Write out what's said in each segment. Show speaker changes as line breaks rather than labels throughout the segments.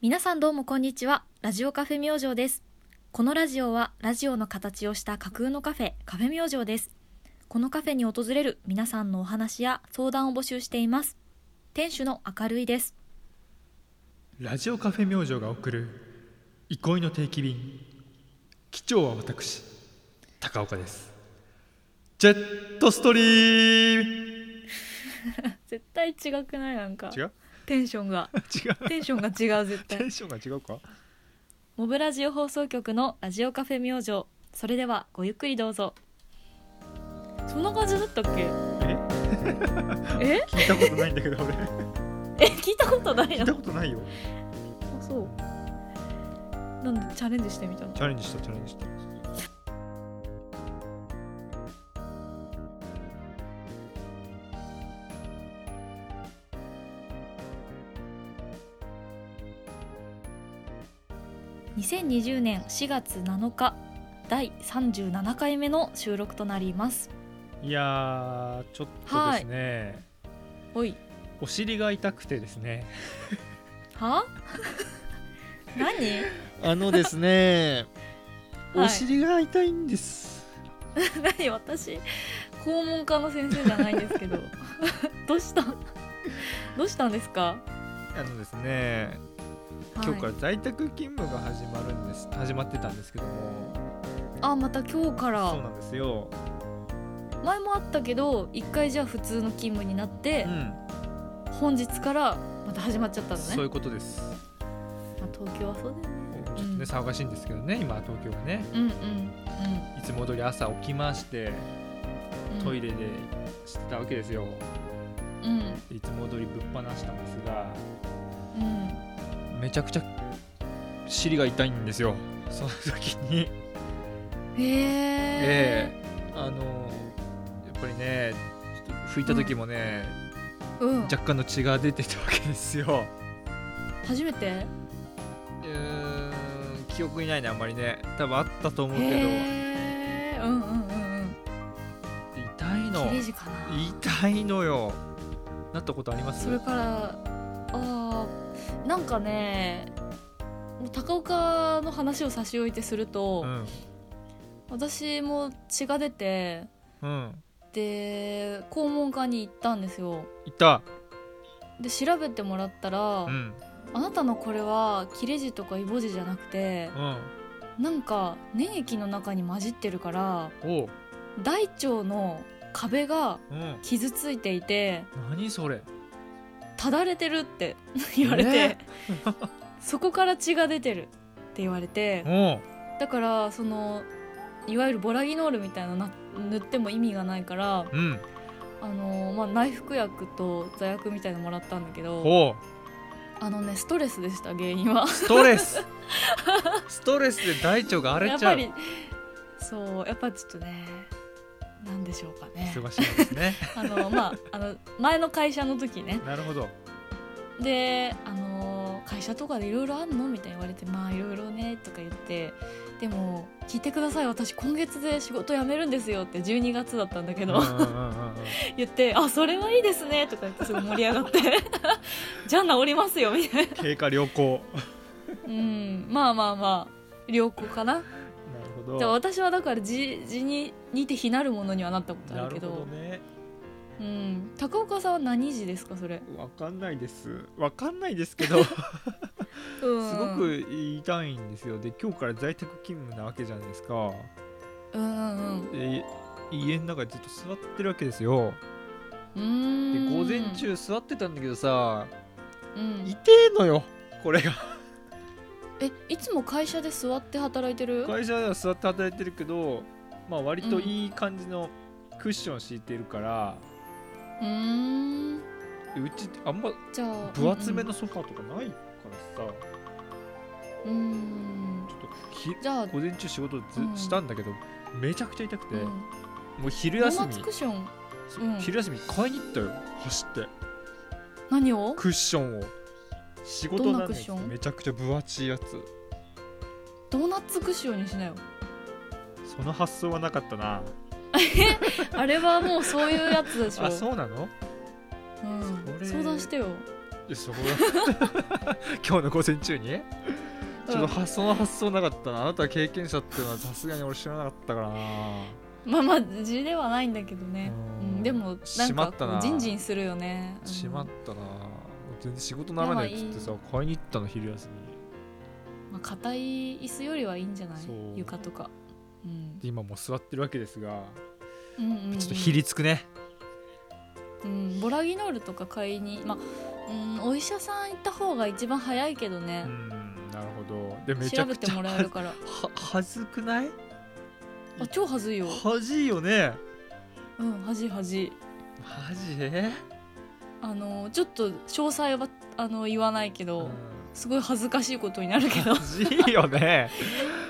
皆さんどうもこんにちはラジオカフェ明星ですこのラジオはラジオの形をした架空のカフェカフェ明星ですこのカフェに訪れる皆さんのお話や相談を募集しています店主の明るいです
ラジオカフェ明星が送る憩いの定期便機長は私高岡ですジェットストリーム
絶対違くないなんか
違う
テンションが
違う
テンションが違う絶
テンションが違うか
モブラジオ放送局のラジオカフェ明星それではごゆっくりどうぞそんな感じだったっけ え
聞いたことないんだけど俺
え聞いたことない
聞い
の
たことないよ
あそうなんでチャレンジしてみたの
チャレンジしたチャレンジした
2020年4月7日第37回目の収録となります
いやーちょっとですね、
おい
お尻が痛くてですね
は 何
あのです ね、
はい
お尻が痛いんです
何私肛門科の先生じゃないんですけど どうしたどうしたんですか、
あのですね今日から
はい、
在宅勤務が始まるんです始まってたんですけども
あまた今日か
そう
ら
なんですよ、
前もあったけど一回じゃあ普通の勤務になって
う、ん、
本日からまた始まっちゃったのね
そういうことです
まあ、東京はそうだよね
ちょっとね、騒がしいんですけどね今東京はね
うんうん
いつも通り朝起きまして
うん
トイレでしてたわけですよ、
うん
いつも通りぶっ放したんですが
うん
めちゃくちゃ尻が痛いんですよその時に
へえ
ええあのやっぱりねちょっと拭いた時もね、
うん、
若干の血が出てたわけですよ
初めて
うーん記憶にないねあんまりね多分あったと思うけど、
へーうんうんうん
痛い
うん
の
切れ字かな
痛いのよなったことあります
それからあーなんかねもう高岡の話を差し置いてすると、
うん
私も血が出て
うん
で肛門科に行ったんですよ
痛
で調べてもらったら、
うん
あなたのこれは切れ字とかイボ字じゃなくて
うん
なんか粘液の中に混じってるから
おう
大腸の壁が
うん
傷ついていて
何それ
ただれてるって 言われて、 そこから血が出てるって言われて
おう
だからそのいわゆるボラギノールみたいなな塗っても意味がないから
うん
あの、まあ、内服薬と座薬みたいのもらったんだけど
おう
あのねストレスでした原因は
ストレスストレスで大腸が荒
や
れ
っ
ちゃ
ぱ
う
りそうやっぱちょっとねなんでしょうかね
忙しいんですね
あのまああの前の会社の時ね
なるほど
であの会社とかでいろいろあんのみたいに言われて「まあいろいろね」とか言って「でも聞いてください私今月で仕事辞めるんですよ」って12月だったんだけ
うん
ど、
うんうんうん
言って「あそれはいいですね」とか言ってすごい盛り上がって 「じゃあ治りますよ」みたいな
経過良好
うんまあまあまあ良好かな
なるほ
でも
ど
私はだから字字に似て非なるものにはなったことあ
な
るけ
る
ど
ほどね
うん、高岡さんは何字ですかそれ、
わかんないですわかんないですけど
うん、
すごく痛いんですよで今日から在宅勤務なわけじゃないですか
うんうん
で家の中にずっと座ってるわけですよ
う
で
ん
午前、中座ってたんだけどさ
うん
痛、えのよこれが
えいつも会社で座って働いてる
会社では座って働いてるけどまあ割といい感じのクッションを敷いてるから、
うーん
でうちってあんま
じゃあ
分厚めのソファーとかないからさ
うんうん
ちょっとひ
じゃあ、
午前中仕事ず、
うん
したんだけどめちゃくちゃ痛くて、
うん
もう昼
ドー
休
ナ
み
ツクッション
そ
うん
昼休み買いに行ったよ走って
何を
クッションを仕事なんです
どんなクッション
めちゃくちゃ分厚いやつ
ドーナツクッションにし なよ
その発想はなかったな
あれはもうそういうやつでしょ
あそうなの
うん
それ
相談してよ
いやそこが 今日の午前中にちょっと発想の発想なかったなあなたは経験者っていうのはさすがに俺知らなかったからな
まあまあ地ではないんだけどね、
うん
うんでもな
し
ん
ま
か
った
こ
な
うジンジンするよね、うん
しまったな全然仕事ならねえっつってさ買いに行ったの昼休み
まあ硬い椅子よりはいいんじゃない
そう
床とか、うん
で今もう座ってるわけですが
うんうんうん
ちょっとひりつくね
うん、ボラギノールとか買いにまあうん、お医者さん行った方が一番早いけど
う
ね、
んなるほどでめち
調
ゃ
べ
く
て
ちゃ
もらえるから
ははずくない
あ超はずいよ
恥いよね
うん恥恥
マジで、
あのちょっと詳細はあの言わないけ
う
ど、
ん、
すごい恥ずかしいことになるけど
恥いよね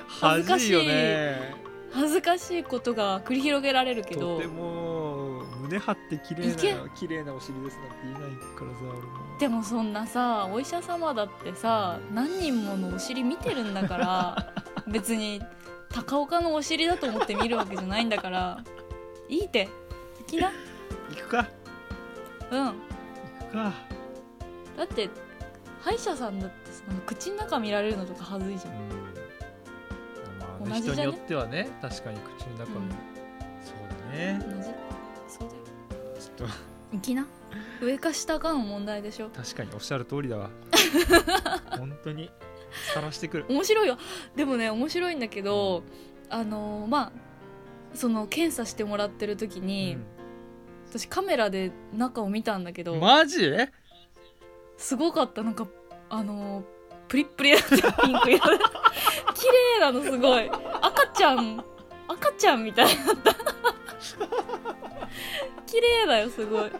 恥ずか
恥
し
い
い
よね
恥ずかしいことが繰り広げられるけ
と
ど
ても胸張って綺
いけ
麗な綺麗なお尻ですなんて言えないからさ俺も
でもそんなさお医者様だってさ何人ものお尻見てるんだから 別に高岡のお尻だと思って見るわけじゃないんだからいいって行きな
行くか
うん
行くか
だって歯医者さんだってさ口の中見られるのとか恥ずいじゃん
うんまあ
同
ね、
じじ
人
ゃね
によってはね確かに口の中
う
に、
ん
そうだね
同じそうだよ
ちょっ
行きな上か下かの問題でしょ
と確かにおっしゃる通り だわ本当にさらしてくる
面白いよでもね面白いんだけどあのーまあその検査してもらってる時に、私カメラで中を見たんだけ
う
ど、
んマジ
すごかったなんかあのープリップリだったピンク色 綺麗なのすごい赤ちゃん赤ちゃんみたいだった 綺麗だよすごい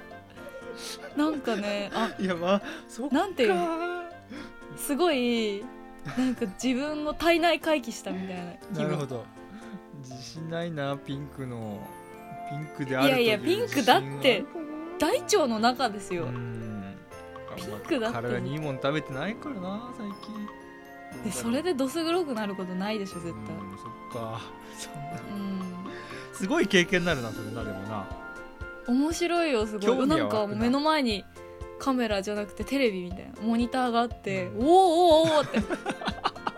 なんかねあ
いやまあそっか
なんていうのすごいなんか自分の体内回帰したみたいな気分
なるほど自信ないなピンクのピンクであ
い
る
や
という
いやピンクだって大腸の中です
ピ
よ、ピンクだって
体にいいもん食べてないからな最近
でそれでどす黒くなることないでしょ絶対
うんそっかそんな
うん
すごい経験になるなそれなでもな
面白いよすご
興
い
味は
なんか
湧くな
目の前にカメラじゃなくてテレビみたいなモニターがあって、
う
おーおーおーっ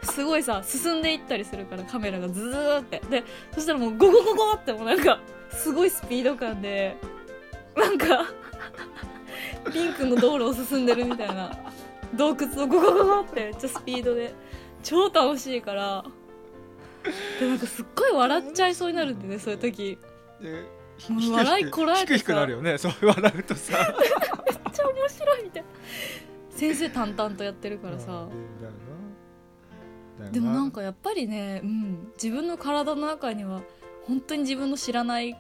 て すごいさ進んでいったりするからカメラがズーってでそしたらもうゴゴゴゴってもうなんかすごいスピード感でなんか ピンクの道路を進んでるみたいな洞窟をゴゴゴゴってめっちゃスピードで超楽しいからでなんかすっごい笑っちゃいそうになるんでねそういう時。
で
もう笑いこらえてさ
低くなるよねそう笑うとさ
めっちゃ面白いみたいな先生淡々とやってるからさ
うんだよなだよな
でもなんかやっぱりね、うん、自分の体の中には本当に自分の知らない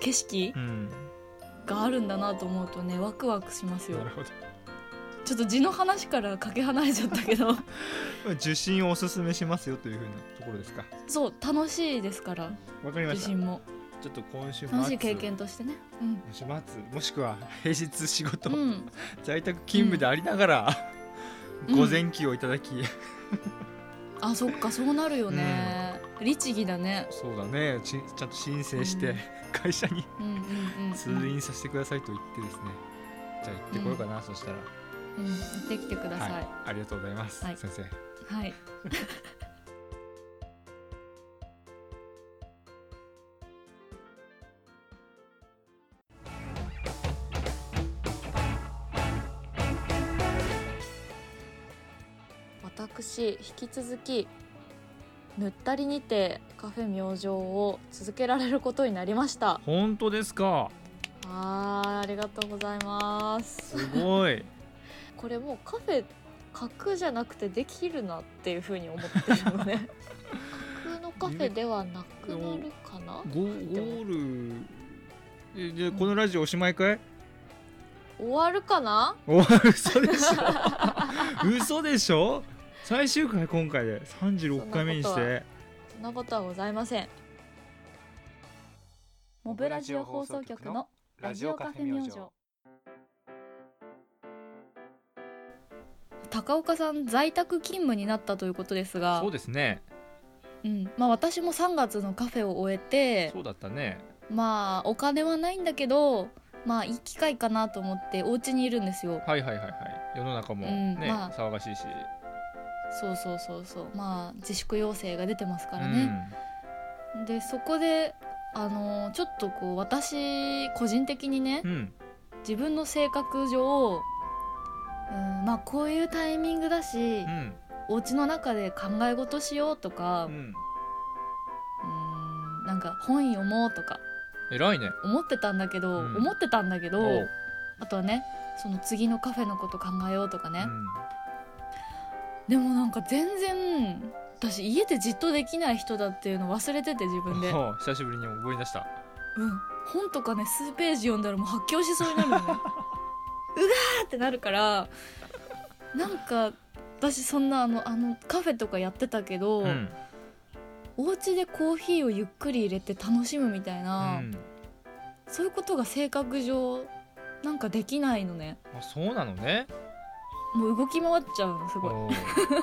景色
うん
があるんだなと思うとねワクワクしますよ
なるほ
ちょっと字の話からかけ離れちゃったけ ど
ど受信をおすすめしますよというふうなところですか
そう楽しいですから
わかりま
自
したち
信も
ょっと今週末
楽しい経験としてねうん
今週末もしくは平日仕事、
うん、
在宅勤務でありながら、
うん
午前休をいただき、
あそっかそうなるよね、律儀だね
そうだねちちゃんと申請して、
うん
会社に
うんうんうん
通院させてくださいと言ってですねじゃあ行ってこようかな、そしたら
うん行ってきてください
はい、ありがとうございます、
はい
先生
はい。 私引き続きぬったりにてカフェ明星を続けられることになりました。
本当ですか
あーありがとうございます。
す ごい
これもうカフェ架空じゃなくてできるなっていうふうに思ってるのね架空のカフェではなくなるかな
ゴゴールえでこのラジオおしまいかい
終わるかな
お嘘でし ょ嘘でしょ最終回今回で36回目にし
そん
て
そんなことはございませんモブラジオ放送局のラジオカフェ明星高岡さん在宅勤務になったということですが
そうですね
うんまあ、私も3月のカフェを終えて
そうだったね
まあお金はないんだけどまあいい機会かなと思ってお家にいるんですよ
はいはいはいはい世の中も
うん
ね、
まあ
騒がしいし、
そうそうそうそうまあ自粛要請が出てますから
う
ね、
ん
でそこであのちょっとこう私個人的にね
うん
自分の性格上うんまあこういうタイミングだし、
うん
お家の中で考え事しようとか、
う
うん
ん
んなんか本読もうとか
偉いね
思ってたんだけど、
うん
思ってたんだけど
おう
あとはねその次のカフェのこと考えようとかね、
うん
でもなんか全然私家でじっとできない人だっていうの忘れてて自分で、うん、
おう久しぶりに覚え出した
本とかね数ページ読んだらもう発狂しそうになるの ねうわーってなるからなんか私そんなあのあのカフェとかやってたけど、
うん
お家でコーヒーをゆっくり入れて楽しむみたいな、
うん
そういうことが性格上なんかできないのね
あそうなのね
もう動き回っちゃうのすごい
おう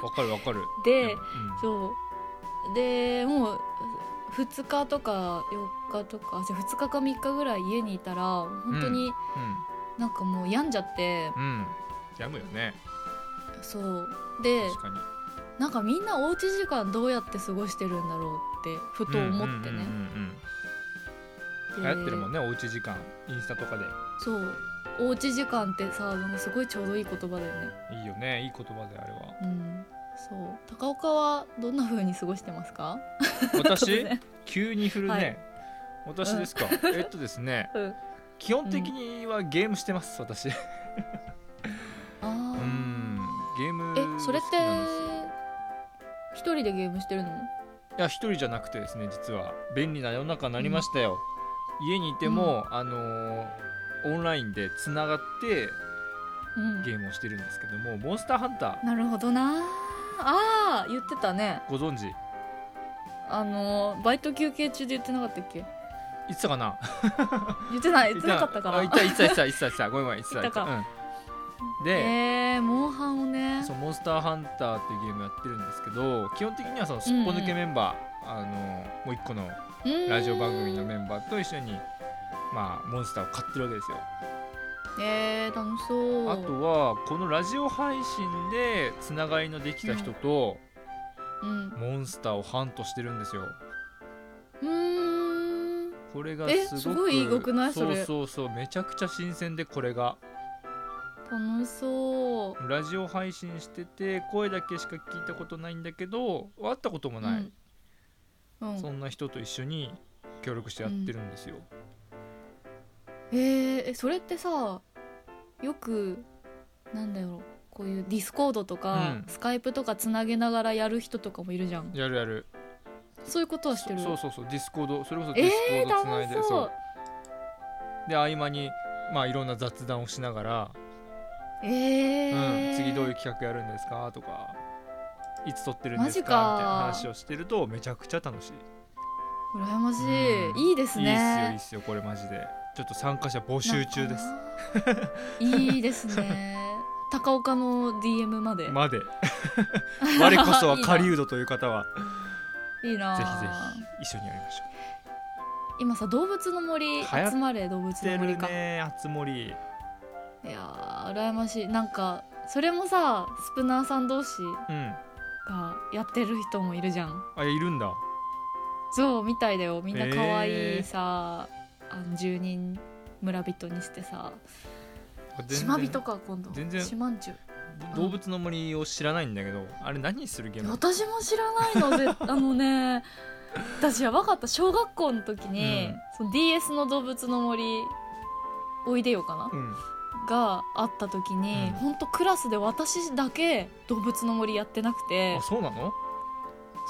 わかるわかる
で、
うん
そうでもう2日とか4日とかじゃ2日か3日ぐらい家にいたら本当になんかもう病んじゃって、
うんうんやむよね
そうで
確かに
なんかみんなおうち時間どうやって過ごしてるんだろうってふと思ってね
うんうんうんうん流
で
行ってるもんねおうち時間インスタとかで
そうおうち時間ってさなんかすごいちょうどいい言葉だよね
いいよねいい言葉 であれは
うんそう高岡はどんな風に過ごしてますか突
私
然
急に振るね、
はい
私ですか、えっとですね
うん
基本的にはゲームしてます私
あ
うんゲーム
ーえそれっ
好き
て
なんですよ
一人でゲームしてるの
いや一人じゃなくてですね実は便利な世の中になりましたよ、家にいても、あのーオンラインでつながって
うん
ゲームをしてるんですけどもモンスターハンタ
なるほどなあー言ってたね
ーご存知
あのーバイト休憩中で言ってなかったっけ
いつかな
言ってない言ってなかったか
あい
ら
たいたいたいたいたごめんごめんいたい
言ったか
うんで、
えー、モンハンをね
そうモンスターハンターっていうゲームやってるんですけど基本的にはそのすっぽ抜けメンバー、あのもう一個の
うーん
ラジオ番組のメンバーと一緒に、まあ、モンスターを買ってるわけですよ。
えー、楽しそう
あとはこのラジオ配信でつながりのできた人と
うんう
モンスターをハントしてるんですよ。
ーん
これが
え
すごく
すごい良くないそれ
そうそうそうめちゃくちゃ新鮮でこれが
楽しそう
ラジオ配信してて声だけしか聞いたことないんだけど会ったこともない、
うん、うん
そんな人と一緒に協力してやってるんですよ。
えー、えそれってさよくなんだろうこういうディスコードとか、
うん
スカイプとかつなげながらやる人とかもいるじゃん
やるやる
そういうことはしてる
そうそうそうディスコードそれこそディスコ
え
ー
ー、
ドつない
楽
で、
し
そ
そう
うで合間にまあいろんな雑談をしながら、
えー
うん、次どういう企画やるんですかとかいつ撮ってるんで
マ
す
ジ
か
か
みたいな話をしてるとめちゃくちゃ楽しい、
羨ましい、
うん
いいです
いいっすよいい
ね
っすよこれマジでちょっと参加者募集中です
なんかいいです ね高岡の DM まで、
まで 我こ そは狩人という方はい
いな
ぜひぜひ一緒にやりましょ
今さ動物の森
流行ってるね
集まれ動物
う
の森か、
ねあつ森
いやー羨ましいなんかそれもさスプナーさん同士
うん
がやってる人もいるじゃん
あいるんだ
そうみたいだよみんな可愛いさ、あの住人村人にしてさ島人か今度
全然
島んちゅう
動物の森を知らないんだけどあれ何するゲームだっ
私も知らないので あのね私やばかった小学校の時に、
うん
その DS の「動物の森おいでよ」かな
たうん
があった時に、
うん
ほんとクラスで私だけ「動物の森」やってなくて
あそうなの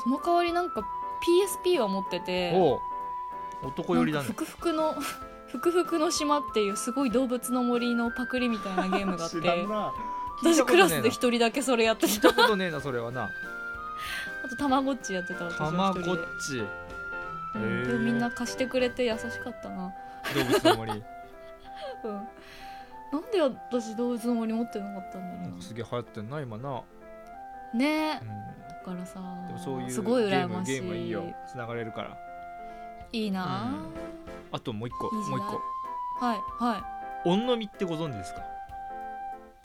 その代わりなんか PSP は持ってて
おう男寄りだね
なんかふくふくの 「ふくふくの島」っていうすごい動物の森のパクリみたいなゲーム があって
聞いた
私
こと
ク
ねえな
ラスで一人だけそれやって
聞い
た
たことねえなそれはな
あとたまごっちやってた私
た
は
ま
一
ご
人
っ
で、
ち
う
へえ
ん、でもみんな貸してくれて優しかった な
動物の森
うんなんで私動物の森持ってなかったんだ
な
ろ
んかすげえ流行ってんな今な、
うね
う
え
ん、
だからさ
でもそういう
すごい
ゲ
羨
ー
ま
ム
しい
ゲームはいいよつながれるから
いいなあ、
うんあともう一個
いい時
もう
代
一個
はいは
音のみってご存知ですか
い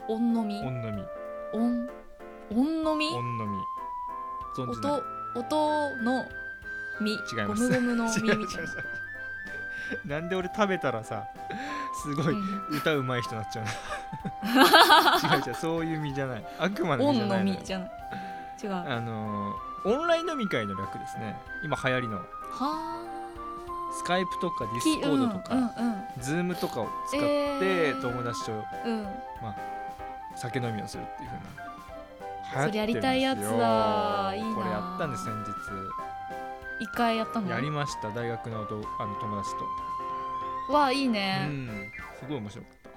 音のみ
音のみ
音音のみ
音のみ存じない
音音のみ
違います
ゴムゴムのみみたいな
違う違う違うなんで俺食べたらさすごい
うん
歌うまい人になっちゃう の違う違うそういう身じゃない悪魔の身じ
音
ゃな
の
い
み
の
じゃない違うは
あのーオンライン飲み会の略ですね今流行りの
あ
スカイプとかディスコードとか、
うんうん
ズームとかを使っ
え
て
ー
友達と
うん、うん、
酒飲みをするっていう風な
それやりたいやつだ
流行ってますよ
いいな
これやったんです先
一回やったの
日やりました大学のどあの友達と
わあいいうね、
んすごい面白かっ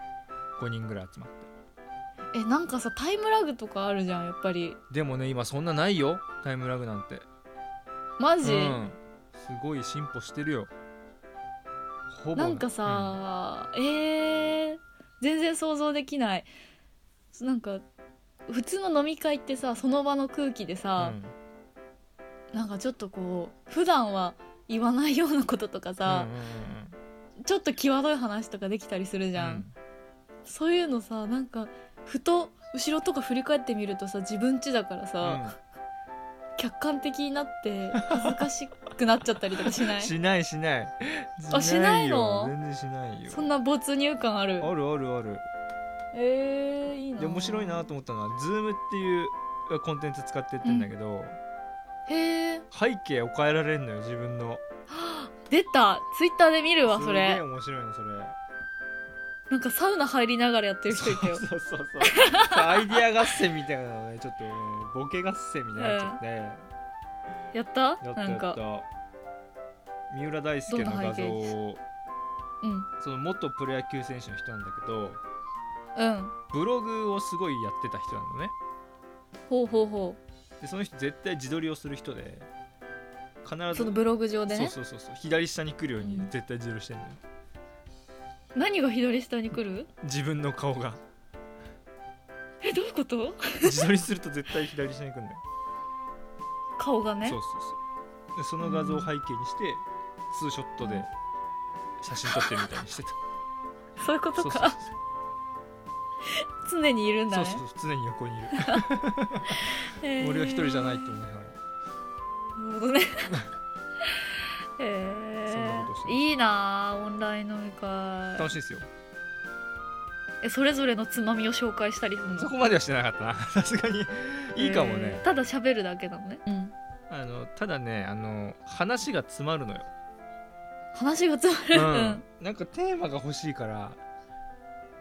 た5人ぐらい集まって
えなんかさタイムラグとかあるじゃんやっぱり
でもね今そんなないよタイムラグなんて
マ
う
ジ、
んすごい進歩してるよほぼ
なんかさ、えー、全然想像できないなんか普通の飲み会ってさその場の空気で
うん
さ
う、ん
なんかちょっとこう普段は言わないようなこととかさ
うん、うんうんうん
ちょっと際どい話とかできたりするじゃん、そういうのさなんかふと後ろとか振り返ってみるとさ自分ちだから
う
さ、
ん
客観的になって恥ずかしくなっちゃったりとかしない
しないしない
あしないの
よ全然しないよ
そんな没入感ある
あるあるある
えー、いいな
で面白いなと思ったのは Zoom っていうコンテンツ使ってってんだけど、
へえ
背景を変えられるのよ自分の
出たツイッターで見るわ
す
そ
げえ
れ
面白いのそれ
なんかサウナ入りながらやってる人いたよ
そうそうそうそうアイディア合戦みたいなのねちょっとねボケ合戦みたいになっちゃって、
やった
やった
なん
やっ
か
た三浦大輔の
どんな
画
背
像
景
を
うん
その元プロ野球選手の人なんだけど
うん
ブログをすごいやってた人なのね
ほうほうほ
でその人絶対自撮りをする人で必
う
ず
そのブログ上でね
そうそうそうそう左下に来るように
うん
絶対自撮りしてるのよ、
何が左下に来る
自分の顔が
えどういうこと
自撮りすると絶対左下に来るのよ
顔がね
そうそうそうでその画像を背景にして、ツーショットで写真撮ってるみたいにし てた
そういうこと
そうそう
か常にいるんだ
そうそう
ね
そうそう常に横にいる
へー
俺は一人じゃないと思いながら
なる ほどねへ
そんなことして
え
る
いいなあオンライン飲み
楽
会
しいですよ
えそれぞれのつまみを紹介したりするの
そこまではしてなかったなさすがにいいかも
へ
ね
ー、ただ喋るだけなのね、うん、
あのただねあの話が詰まるのよ、
話が詰まる、うん、
なんかテーマが欲しいから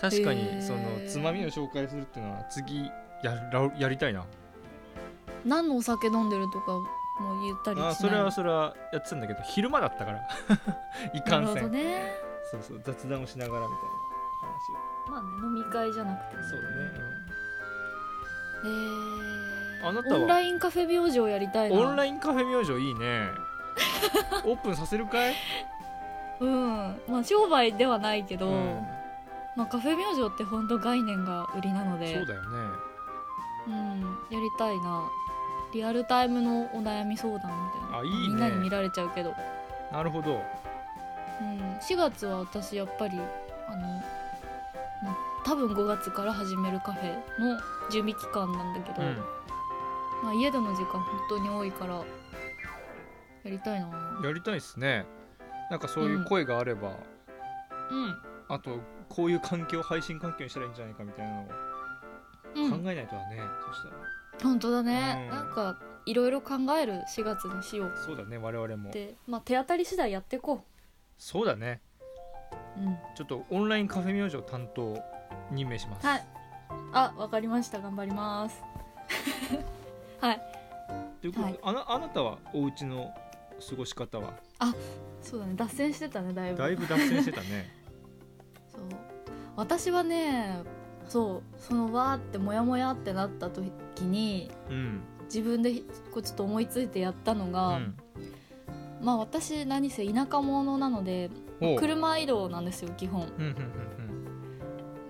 確か
へ
に
ー
そのつまみを紹介するっていうのは次やらやりたいな
何のお酒飲んでるとかも言ったりしない
あそれはそれはやってたんだけど昼間だった からいか
なんる
せ
ほ
ん、
どね
そうそう雑談をしながらみたいな話を
まあね飲み会じゃなくても
そうだね、
へー
あなたは
オンラインカフェ明星やりたいな
オンラインカフェ明星い いねオープンさせるかい、
うんまあ商売ではないけど、
うん
まあ、カフェ明星ってほんと概念が売りなので
そうだよね
うん、やりたいなリアルタイムのお悩み相談みたいな
あいいね
みんなに見られちゃうけど、
なるほど
うん、4月は私やっぱりあの、まあ、多分5月から始めるカフェの準備期間なんだけど、まあ、家での時間本当に多いからやりたいな
やりたいっすねなんかそういう声があれば、
う
あとこういう環境配信環境にしたらいいんじゃないかみたいなのを
ん、う
考
ん、
えないとだね、そしたら
本当だね、
うん
なんかいろいろ考える4月にしよう
そうだね我々も
って、まあ、手当たり次第やっていこ
そうだね
う、うん、
ちょっとオンラインカフェ明星担当任命します、
はいあわかりました頑張ります はい
ということ
は
で、
い
あなあなたはお家の過ごし方は
そうだね脱線してたねだいぶ
だいぶ脱線してたね
そう私はねそうそのわーってモヤモヤってなった時に
うん、
自分でこうちょっと思いついてやったの
う
が、
ん、
まあ私何せ田舎者なので
おう
車移動なんですよ基本
うんうん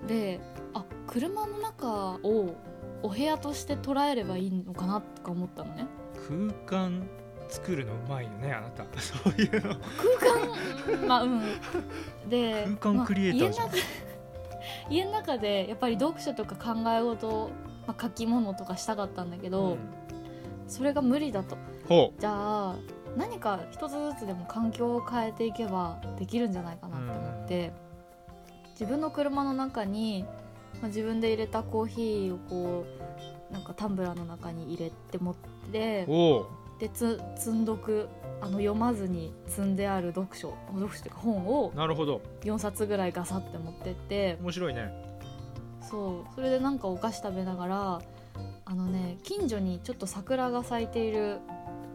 うん
であ車の中をお部屋として捉えればいいのかなとか思ったのね
うん空間作るのうまいよねあなた そういうの
空間まあうんで
空間クリエイターじゃん
まあ家の中家の中でやっぱり読書とか考え事、まあ、書き物とかしたかったんだけど、
ん
それが無理だと
ほ
じゃあ何か一つずつでも環境を変えていけばできるんじゃないかなって思って、自分の車の中に、まあ、自分で入れたコーヒーをこうなんかタンブラーの中に入れて持って
うお
でつ積んどくあの読まずに積んである読書読書というか本を
うなるほど
4冊ぐらいガサって持ってって
面白いね
そうそれでなんかお菓子食べながらあのね近所にちょっと桜が咲いている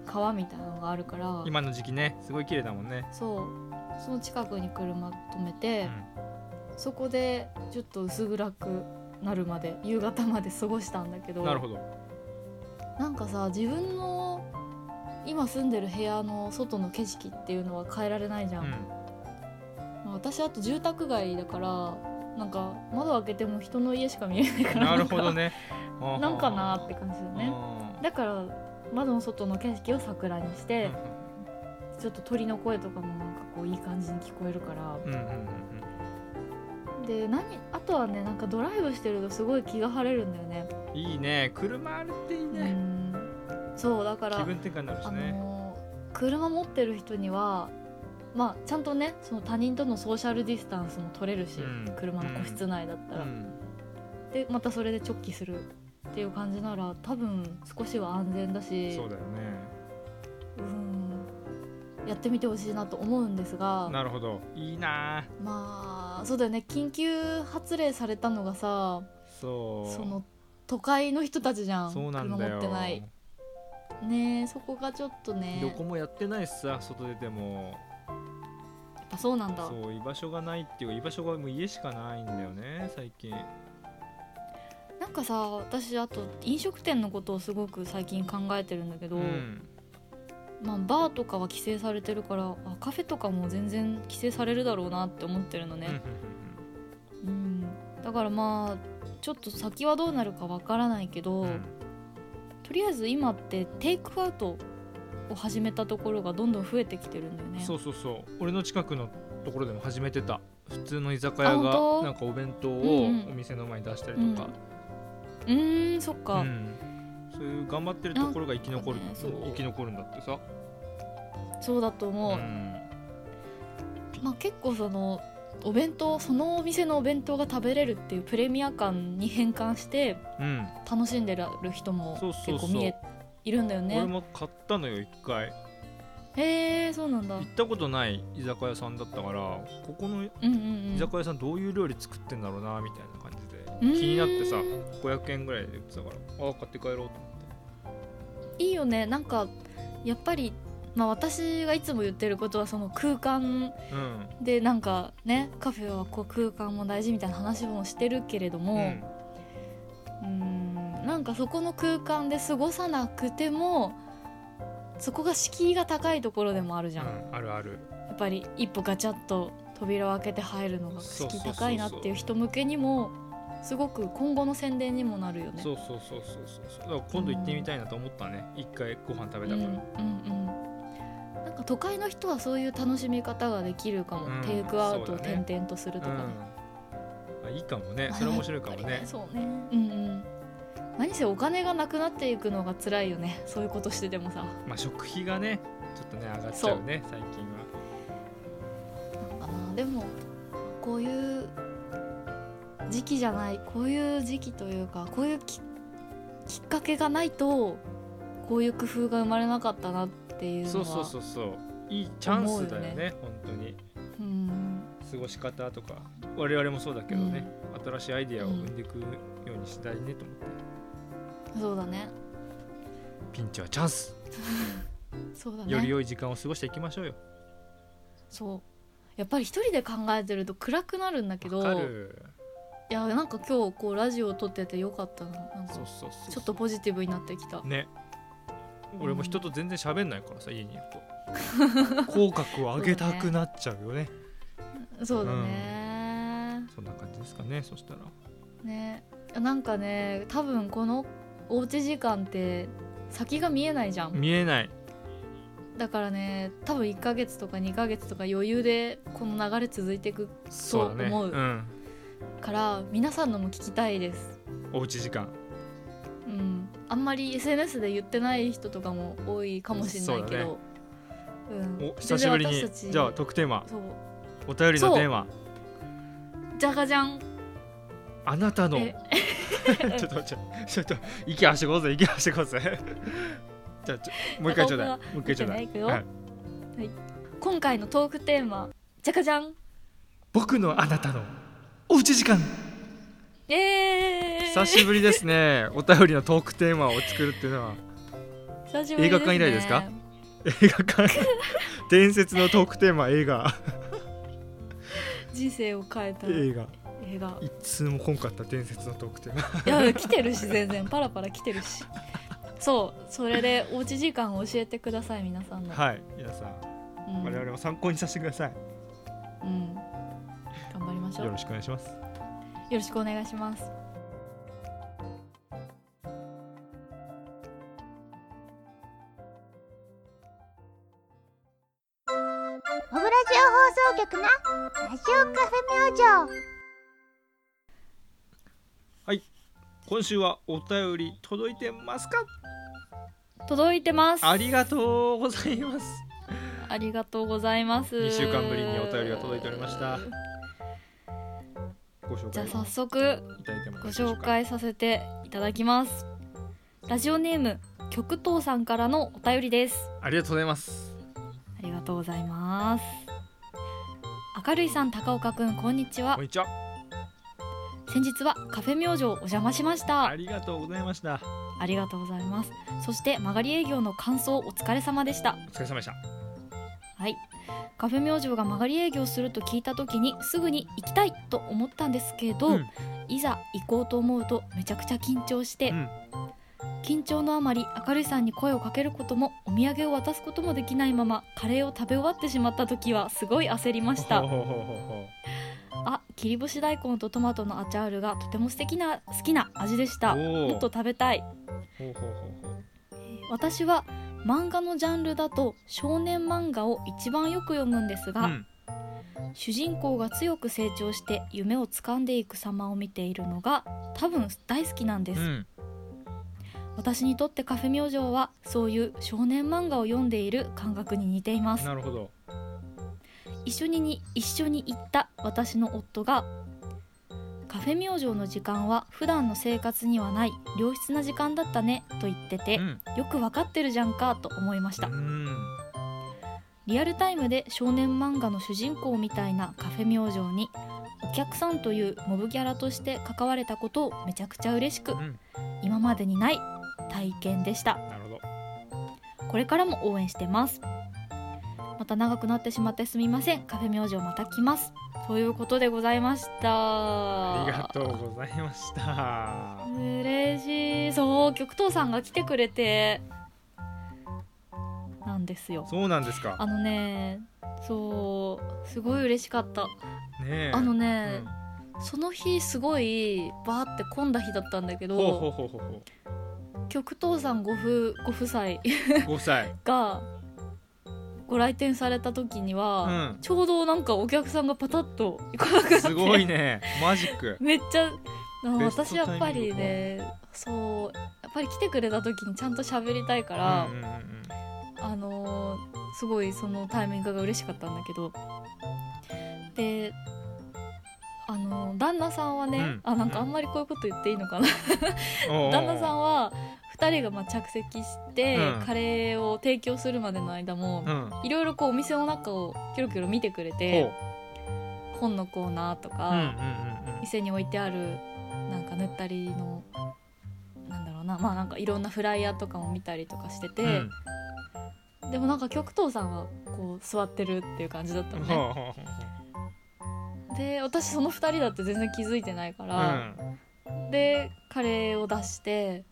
川みたいなのがあるから
今の時期ねすごい綺麗だもんね
そうその近くに車止めて、
う
そこでちょっと薄暗くなるまで夕方まで過ごしたんだけど
んなるほど
なんかさ自分の今住んでる部屋の外の景色っていうのは変えられないじゃん、
う
まあ私あと住宅街だからなんか窓開けても人の家しか見えないか
ん
ら
なるほど
ね
ね
なんかなーって感じだよね
ね
だから窓の外の景色を桜にして、ちょっと鳥の声とかもなんかこういい感じに聞こえるから
うんうんうん
で何あとはねなんかドライブしてるとすごい気が晴れるんだよね
うんいいね車あるっていいうね
んそうだか
気
ら、
分転換になるし
あ
ね
のー車持ってる人にはまあちゃんとねその他人とのソーシャルディスタンスも取れるし、
うん
車の個室内だった
う
ら、
ん
でまたそれで直帰するっていう感じなら多分少しは安全だし
そうだよね
うんやってみてほしいなと思うんですが
なるほどいいなー
まあそうだよね緊急発令されたのがさ
そう
その都会の人たちじゃん
そうなん
車
だ
持
よ
ってないねえそこがちょっとね
どこもやってないしさ外出ても
やっぱそうなんだ
そう居場所がないっていうか居場所がもう家しかないんだよね最近
なんかさ私あと飲食店のことをすごく最近考えてるんだけど、
うん
まあ、バーとかは規制されてるからあカフェとかも全然規制されるだろうなって思ってるのね、うん、だからまあちょっと先はどうなるかわからないけど、
うん
とりあえず今ってテイクアウトを始めたところがどんどん増えてきてるんだよね
そうそうそう俺の近くのところでも始めてた普通の居酒屋
あ本
が
当
なんかお弁当
う
を
んうん
お店の前に出したりとか、
うーんそっ
うん
か、
そういう頑張ってるところが生き残る、
なんかねそう
生き残るんだってさ、
そうだと思う、
ん
まあ結構そのお弁当そのお店のお弁当が食べれるっていうプレミア感に変換して
うん
楽しんでる人も
そうそうそう
結構見えいるんだよ
俺
ね
も買ったのよ一回
へえそうなんだ
行ったことない居酒屋さんだったからここの
うんうんうん
居酒屋さんどういう料理作ってんだろうなみたいな感じで
うーん
気になってさ500円ぐらいで売ってたからあ買って帰ろうと思って
いいよねなんかやっぱり、まあ、私がいつも言ってることはその空間
うん
でなんかねカフェはこう空間も大事みたいな話もしてるけれど
う
も
ん
うーんなんかそこの空間で過ごさなくてもそこが敷居が高いところでもあるじゃん、
うんあるある
やっぱり一歩ガチャッと扉を開けて入るのが
そう
敷居
そうそうそう
高いなっていう人向けにもすごく今後の宣伝にもなるよね。
そうそうそうそうそうだから今度行ってみたいなと思ったね一回ご飯食べたから
うんうんうん、なんか都会の人はそういう楽しみ方ができるかも、
うん
テイクアウトを
そうだね
転々とすると
う
かね、
んあいいかもね
まあ
それ面白いかも
やっぱり
ね
そうねうんうん何せお金がなくなっていくのが辛いよねそういうことしててもさ
まあ食費がねちょっとね上がっちゃうね最近は
あのでもこういう時期じゃないこういう時期というかこういうききっかけがないとこういう工夫が生まれなかったなっていうの
そう
は
そうそうそういいチャンスだ
思
よ
うよ
ね本当に
うん
過ごし方とか我々もそうだけどね新しいアイディアを生んでいくようにしたいねと思って
そうだね
ピンチはチャンス
そうだね
より良い時間を過ごしていきましょうよ
そうやっぱり一人で考えてると暗くなるんだけど
わかる
いやなんか今日こうラジオを撮っててよかったななんか
そうそうそう
ちょっとポジティブになってきた
ね
うん
俺も人と全然喋んないからさ家にいると 口角を上げたくなっちゃうよね
そうだね、
そんな感じですかねそしたら
ねいやなんかね多分このおうち時間って先が見えないじゃん
見えない
だからね多分1ヶ月とか2ヶ月とか余裕でこの流れ続いていく
そうだね
思うんから皆さんのも聞きたいです、
おうち時間
うん、あんまり SNS で言ってない人とかも多いかもしれないけどう,、ん
お久しぶりに
全然私たち
じゃあ特テーマ
そう
お便りのテーマ
じゃがじゃん
あなたのち
え
ょっと待って ちょっと息はしごぜ息はしごぜ じゃあちょもう一回ちょうだい
中
もう一回ちょうだい
見てない
はい
今回のトークテーマじゃがじゃん
僕のあなたのおうち時間
イエーイ
久しぶりですねお便りのトークテーマを作るっていうのは
久しぶり
映画館以来ですか
ね
映画館伝説のトークテーマ映画
人生を変えた映
映画
画
いつもこんかった伝説のトークテーマ
いや来てるし全然パラパラ来てるしそうそれでおうち時間を教えてください皆さんの、
はい皆さん
うん
我々も参考にさせてください
うん頑張りましょう
よ
よ
ろしくお願いします
ろしくお願いします
オブラジオ放送局のラジオカフェ明星
今週はお便り届いてますか
届いてます
ありがとうございます
ありがとうございます
2週間ぶりにお便りが届いておりましたご紹
じゃ
介
あ早
い
速
ただいてもよ
ご
ろしいでしょう
紹
か
介させていただきますラジオネーム極東さんからのお便りです
ありがとうございます
ありがとうございます明るいさん高岡くんこんにちは
こんにちは
先日はカフェ明星お邪魔しました
ありがとうございました
ありがとうございますそして曲がり営業の感想お疲れ様でした
お疲れ様でした
はいカフェ明星が曲がり営業すると聞いた時にすぐに行きたいと思ったんですけど、
うん
いざ行こうと思うとめちゃくちゃ緊張して、
うん
緊張のあまり明るいさんに声をかけることもお土産を渡すこともできないままカレーを食べ終わってしまった時はすごい焦りました
ほうほうほうほうほ
あ切り干し大根とトマトのアチャールがとても素敵な好きな味でした
おー
もっと食べたいう
ほうほうほうほう
私は漫画のジャンルだと少年漫画を一番よく読むんですが、
うん
主人公が強く成長して夢を掴んでいく様を見ているのが多分大好きなんです、
うん
私にとってカフェ明星はそういう少年漫画を読んでいる感覚に似ています
なるほど
一緒にに一緒に行った私の夫がカフェ明星の時間は普段の生活にはない良質な時間だったねと言ってて
うん
よくわかってるじゃんかと思いました
うん
リアルタイムで少年漫画の主人公みたいなカフェ明星にお客さんというモブキャラとして関われたことをめちゃくちゃ嬉しく
うん
今までにない体験でした
なるほど
これからも応援してますまた長くなってしまってすみませんカフェ明星また来ますということでございました
ありがとうございました
嬉しいそう極東さんが来てくれてなんですよ
そうなんですか
あのねそうすごい嬉しかった
ねえ
あの
う
ね
ん、
その日すごいバーって混んだ日だったんだけど
ほうほうほうほうほ
極東さんご夫ご夫妻
う5歳
がご来店された時には、
うん
ちょうどなんかお客さんがパタッと来なくなって
すごいねマジック
めっちゃあの
ベスト
私やっぱりねそうやっぱり来てくれた時にちゃんと喋りたいから、
うんうんうんうん
あのーすごいそのタイミングが嬉しかったんだけどであのー旦那さんはね、
うん
あなんか
う
あ
ん
んまりこういうこと言っていいのかな、
おうおう
旦那さんは2人がまあ着席して、
うん
カレーを提供するまでの間も、
うん
いろいろこうお店の中をキョロキョロ見てくれて
ほ
本のコーナーと
ううんうん
か、
うんうん
店に置いてあるなんか塗ったりのなんだろうなまあなんかいろんなフライヤーとかも見たりとかしてて、でもなんか極東さんはこう座ってるっていう感じだった
う
の
んほう
ね、
ほうほうほ
で私その2人だって全然気づいてないか
うう
ら、
ん
でカレーを出して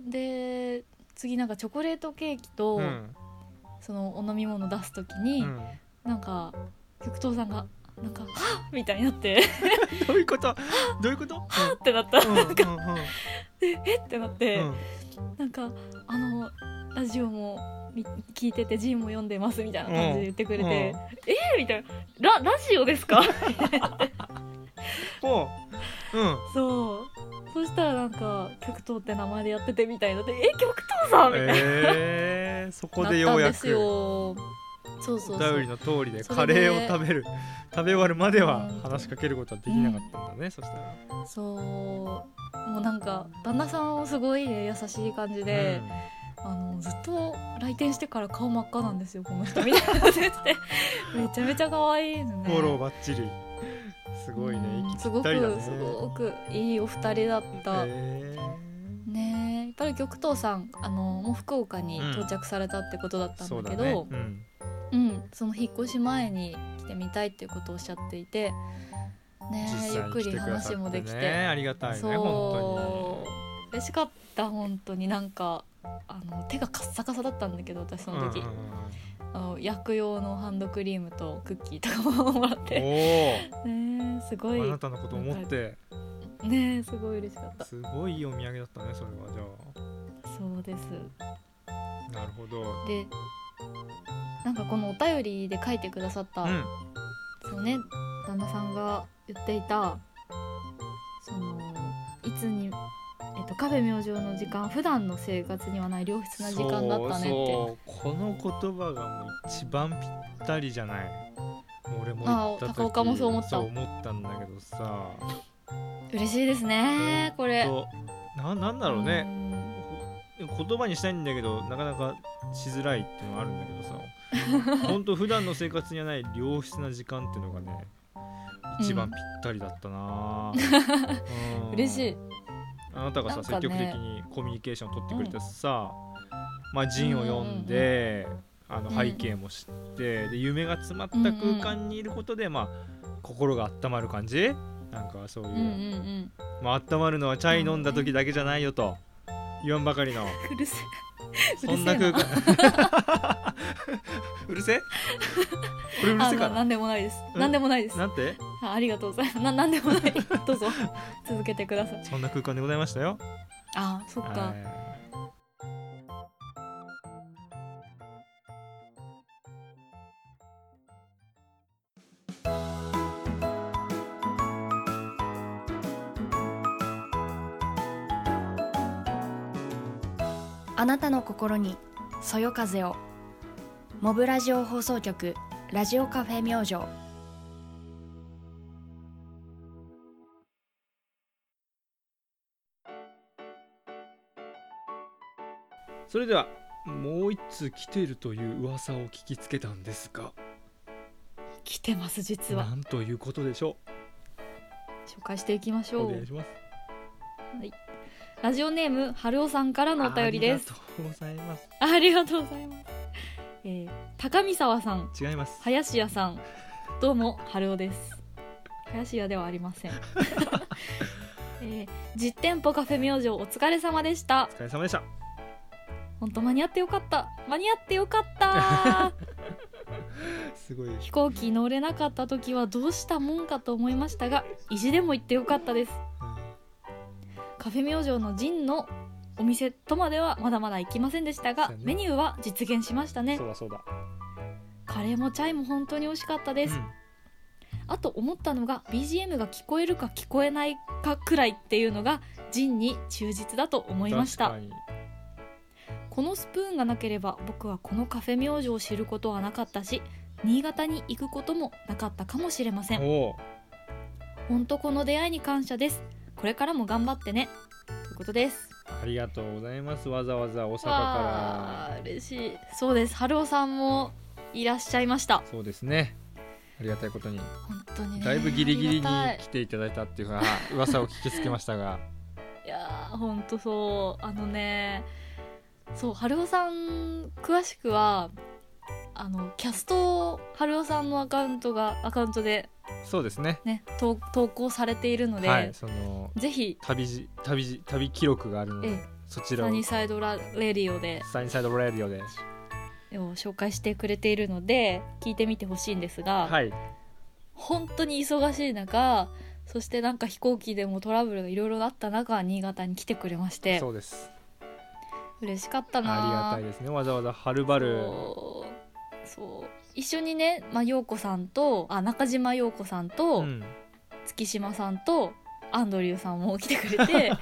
で次なんかチョコレートケーキと、
うん
そのお飲み物出す時に、
うん
なんか極東さんがなんか「はっ!」みたいになって 「
どうい うことどういうこと
ってなった
うんうんうん
えってなって、
うん
なんかあのラジオもみ聞いててジンも読んでますみたいな感じで言ってくれて、
うん
えーみたいなララジオですかみたいな
おううん
そうそしたらなんか極東って名前でやっててみたいなでえ極東さんみたいな、
えー、そこで
なっ
よう
たん
や
です
く
よそうそう
ダ
そ
ウ
う
リの通りで
そ
カ
れで
レーを食べる食べ終わるまでは話しかけることはできなかったんだね、そしたら、
そうもうなんか旦那さんもすごいね優しい感じで、あのずっと来店してから顔真っ赤なんですよこの人みたいな感じで めちゃめちゃ可愛いの
うん
ね
フォローバッチリすごいね
うん
息
す
ぴ
ご
ったりだ
く
ね
すごくいいお二人だった、
え
ねえやっぱり極東さんあのもう福岡に
うん
到着されたってことだった
そうん
だ
だ
けど、
ね、うん、
うん、その引っ越し前に来てみたいっていうことをおっしゃっていて、ねえ、ゆ
実際
っ
に
くり
来てくださ
話
っ
も
て
できて、
ねありがたいね本
そう嬉しかった本当になんかあの手がカッサカサだったんだけど私そ
当に
の時、
うんうん
あの薬用のハンドクリームとクッキーとかももらっ
うん
て、ねえすご
お
い
おあなたのことを思って
ねえすごい嬉しかった
すごいいいお土産だったねそれはじゃ
そうです
あなるほど
でなんかこのお便りで書いてくださった、
うん
そうね旦那さんが言っていたそのいつに、えっと、カフェ明星の時間普段の生活にはない良質な時間だったねって
そうそうこの言葉がもう一番ぴったりじゃないもう俺も
あ
言った時
高岡もそう思った
そう思ったんだけどさ
嬉しいですねこれ
とななんだろうね
ね
言葉にしたいんだけどなかなかしづらいっていうのはあるんだけど さほんと普段の生活にはない良質な時間っていうのがね一番ぴったりだった な、うん
嬉しい
あなたがさ、
なんか
積
ね
極的にコミュニケーションを取ってくれてさ、まあ陣を読んで、あの
うん
背景も知って、で夢が詰まった空間にいることで、まあ心が温まる感じなんかそういう、
うんうん
まあ温まるのはチャイ飲んだ時だけじゃないよと言わんばかり の
うんうるせ え
そんな空間うるせえこれ うる
あ
せえか
な
な
なんでもないです
うん
なんでもないです
なんて
あありがとうございますななんでもない どうぞ続けてください
そんな空間でございましたよ
あそっか
はい
あなたの心にそよ風をモブラジオ放送局ラジオカフェ明星
それではもう一通来ているという噂を聞きつけたんですが
来てます実は
なんということでしょ
紹介していきまし
う
ょ
お願いうします
ラジオネーム春尾さんからのお便りです
ありがとうございます
ありがとうございます。えー高見沢さん、
違います
林家さん、どうも春尾です。林家ではありません。 えー実店舗カフェ明星お疲れ様でした
お。疲れ様でした
本当間に合ってよかった。間に合ってよかった。
すごい
飛行機乗れなかった時はどうしたもんかと思いましたが、意地でも行ってよかったです。カフェ明星のジンのお店とまではまだまだ行きませんでしたが、
そうやね
メニューは実現しましたね
そうだそうだ
カレーもチャイも本当に美味しかった
う
です、
ん
あと思ったのが BGM が聞こえるか聞こえないかくらいっていうのがジンに忠実だと思いまし
確
た
かに
このスプーンがなければ僕はこのカフェ明星を知ることはなかったし新潟に行くこともなかったかもしれません
おう
ほんとこの出会いに感謝ですこれからも頑張ってねということです
ありがとうございますわざわざ大阪
わ
か
あ嬉しいそうです春尾さんもいらっしゃいました
らそうですねありがたいことに
本当にね
だいぶギリギリに
ありがたい
来ていただいたっていうか 噂を聞きつけましたが
いやーほんとそうあのねそう春雄さん詳しくはあのキャスト春雄さんのアカウントがアカウントで
そうですね
ね投投稿されているので、
はいその
ぜひ
旅じ旅じ旅記録があるの
え
で
え
そちら
サ
を
ニーサイドラレディオで
サインサイドラディオで
を紹介してくれているので聞いてみてほしいんですが、
はい
本当に忙しい中そしてなんか飛行機でもトラブルがいろいろあった中新潟に来てくれまして
そうです
嬉しかったなー
ありがたいですねわざわざはるばる
そうそう一緒にね、まあ、陽子さんとあ中島陽子さんと、
うん
月島さんとアンドリューさんも来てくれ て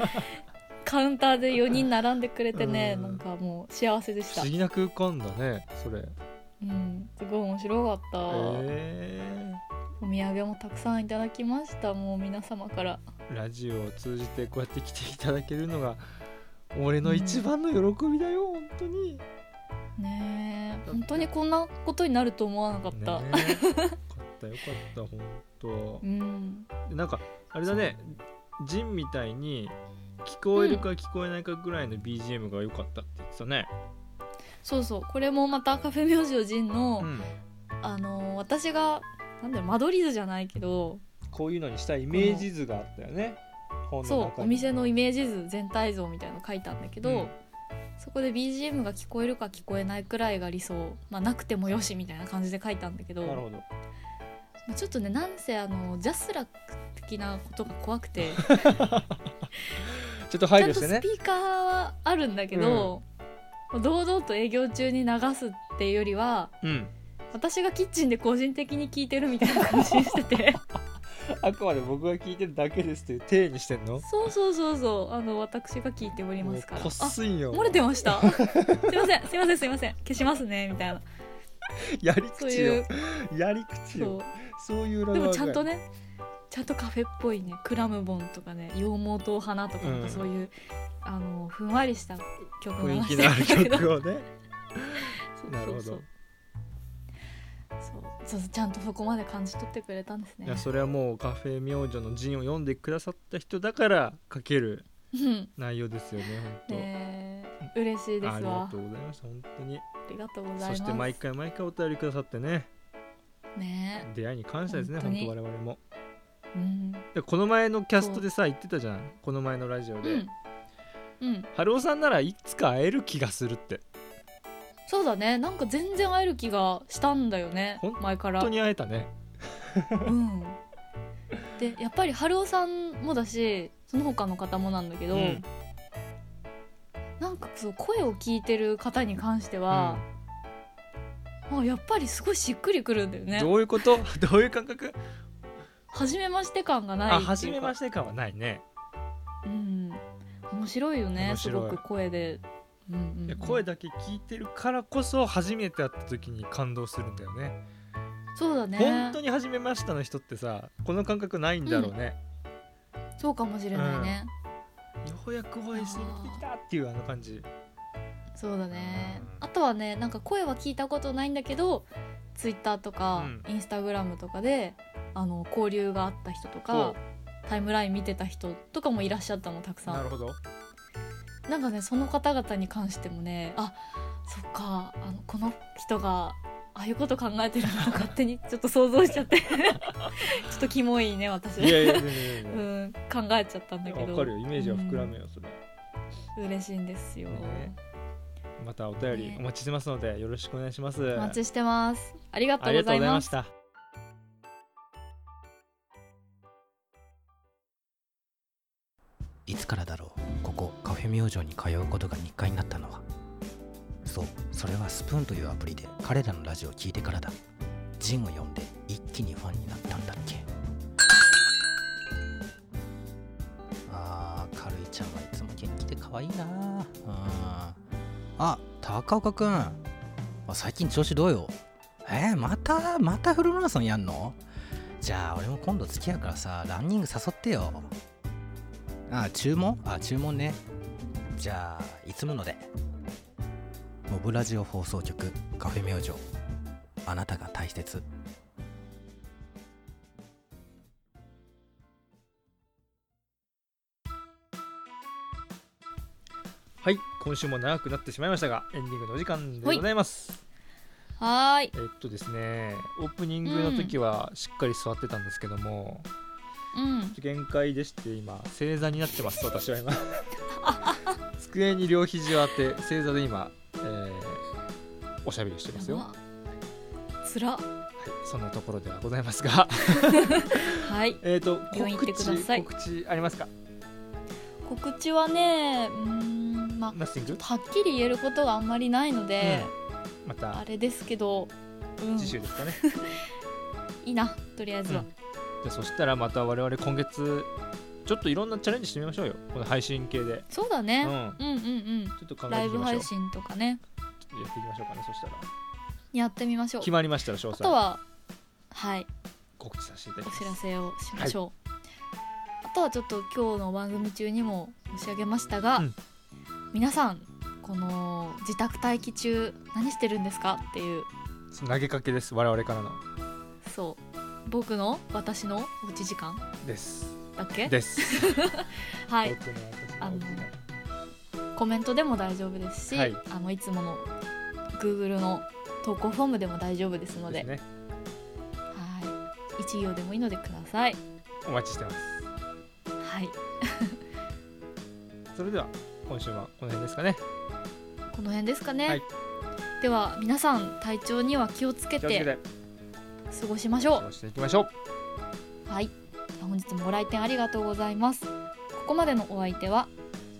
カウンターで4人並んでくれてね、
うん
なんかもう幸せで
不
した
思、議な空間だねそれ
うん、すごい面白かった、
え
お土産もたくさんいただきましたもう皆様から
ーラジオを通じてこうやって来ていただけるのが俺の一番の喜びだよ本当に
ねえ本当にこんなことになると思わなかった、
ねえよかったよかった本当
うん
でなんかあれだねジンみたいに聞こえるか聞こえないかぐらいの BGM が良かったって言ってたね、
そうそうこれもまたカフェ明星陣の、
うん
あの私がなんだろう間取り図じゃないけど
こういうのにしたイメージ図があったよね本の
そうお
中に
店のイメージ図全体像みたいの書いたんだけど、
うん
そこで BGM が聞こえるか聞こえないくらいが理想、まあ、なくてもよしみたいな感じで書いたんだけど
なるほど
まあちょっとねなんせあのジャスラック的なことが怖くて
ちょっと
ち
配
ゃん
慮
と
し
ス
てね
ピーカーはあるんだけど、堂々と営業中に流すっていうよりは
うん
私がキッチンで個人的に聞いてるみたいな感じにして て
あくまで僕が聞いてるだけですという体にしてんの
そうそうそうそうあの私が聞いておりますから
もうこっ
あ
すんよ
漏れてましたすいませんすいませんすいません消しますねみたいな
やり
そう
口
い
よ
う
やり口
そ
よ
う
そういう裏
で
側
もちゃんと
ね
ねちゃんとカフェっぽいねクラムボンとかね羊毛と花とかなん
う
か
ん
そういう、あのふんわりした曲を流
雰囲
し
気
て
のあ
るん
る
だけど
曲をね
そう
なるほ
そう
ど
そうそうそうちゃんとそこまで感じ取ってくれたんですね
いやそれはもうカフェ明星の陣を読んでくださった人だから書ける
うん
内容ですよね本当、
ねえ嬉しいです
あり
わ
がとうございます本当に
ありがとうござい
そ
ます
して毎回毎回お便りくださってね
ね
出会いに感謝ですね
本
本
当
当
に
我々も
えうん
でこの前のキャストでさ言ってたじゃんこの前のラジオ
う
で、
ん、うん、
春尾さんならいつか会える気がするって
そうだねなんか全然会える気がしたんだよね
ほん
前から
本当に会えたね
うん、でやっぱり春雄さんもだしその他の方もなんだけど、
うん
なんかそう声を聞いてる方に関しては、あやっぱりすごいしっくりくるんだよね
どういうこと どういう感覚
初めまして感がないっ
あ
ていうか
初めまして感はないね、
うん、面白いよね
面
す
白
ご
い
く声で、うんうんうん
いや声だけ聞いてるからこそ初めて会った時に感動するんだよね
そうだね
本当に初めましたの人ってさこの感覚ないんだろうね、
そうかもしれないね、
ようやくお会いしに来てきたっていうあの感じ
そうだね
うん
あとはねなんか声は聞いたことないんだけどツイッターとか、インスタグラムとかであの交流があった人とか
そ
タイムライン見てた人とかもいらっしゃったのたくさ
なる
ん
ほど
なんかねその方々に関してもねあそっかあのこの人がああいうこと考えてるのと勝手にちょっと想像しちゃって ちょっとキモいね私
いやいやいやいや いうや
ん考えちゃったんだけど
わかるよイメージは膨らむよそれ、
うん嬉しいんですよ、
ねまたお便り
ね
お待ちしてますのでよろしくお願いします
お待ちしてますありがと
あ
う
り
ござ
がとう
い
ござい
ま
ますした
いつからだろうここカフェ明星に通うことが日課になったのはそうそれはスプーンというアプリで彼らのラジオを聞いてからだジンを呼んで一気にファンになったんだっけあーかるいちゃんはいつも元気で可愛いなうんあ高岡くんあ最近調子どうよえー、またまたフルマラソンやんのじゃあ俺も今度付き合うからさランニング誘ってよあ注文あ注文ねじゃあいつものでモブラジオ放送局カフェ明星あなたが大切
はい今週も長くなってしまいましたがエンディングのお時間でございます
はーい
えっとですねオープニングの時はしっかり座ってたんですけども、
うん
限界でして今正座になってます私は今 机に両肘を当て正座で今、えーおしゃべりをしてますよ、
や
は
ばつら
い、そんなところではございま すが
はい
えっと
病院行って
告
くだ
知
さい
告知ありますか
告知はねうーんまあ
ナッシング
はっきり言えることがあんまりないので、
ま
あ
た
れですけど、うん、
次週ですかね、
いいなとりあえずは、
うんじゃあそしたらまた我々今月ちょっといろんなチャレンジしてみましょうよこの配信系で、
そうだ
うん、
ね
ち、
うん、うんうん
ょっと考え
ラ
て
イ
いき
ブ
ましょう
配信とかね
ちょっとやっていきましょうかねそしたら
やってみましょう
決まりましたら詳
あと
細
ははい
告知させていただき
お
ます
知らせをしましょう、あとはちょっと今日の番組中にも申し上げましたが、
うん
皆さんこの自宅待機中何してるんですかっていう
投げかけです我々からの
そう僕の私のおうち時間
です
だっけ
です
はい
僕の私の
あの
僕の
コメントでも大丈夫ですし、
はい
あのいつもの Google の投稿フォームでも大丈夫ですので
ですね
はい一行でもいいのでください
お待ちしてます
はい
それでは今週はこの辺ですかね
この辺ですかね、
はい
では皆さん体調には気をつけ
気をつけ
て
て
過ごしましょう
過ごしていきましょう
はい、本日もご来店ありがとうございます。ここまでのお相手は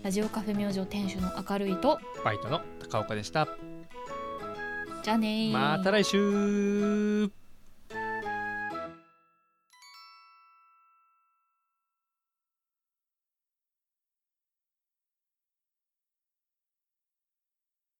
ラジオカフェ明星店主の明るいと
バイトの高岡でした
じゃあねー。
また来週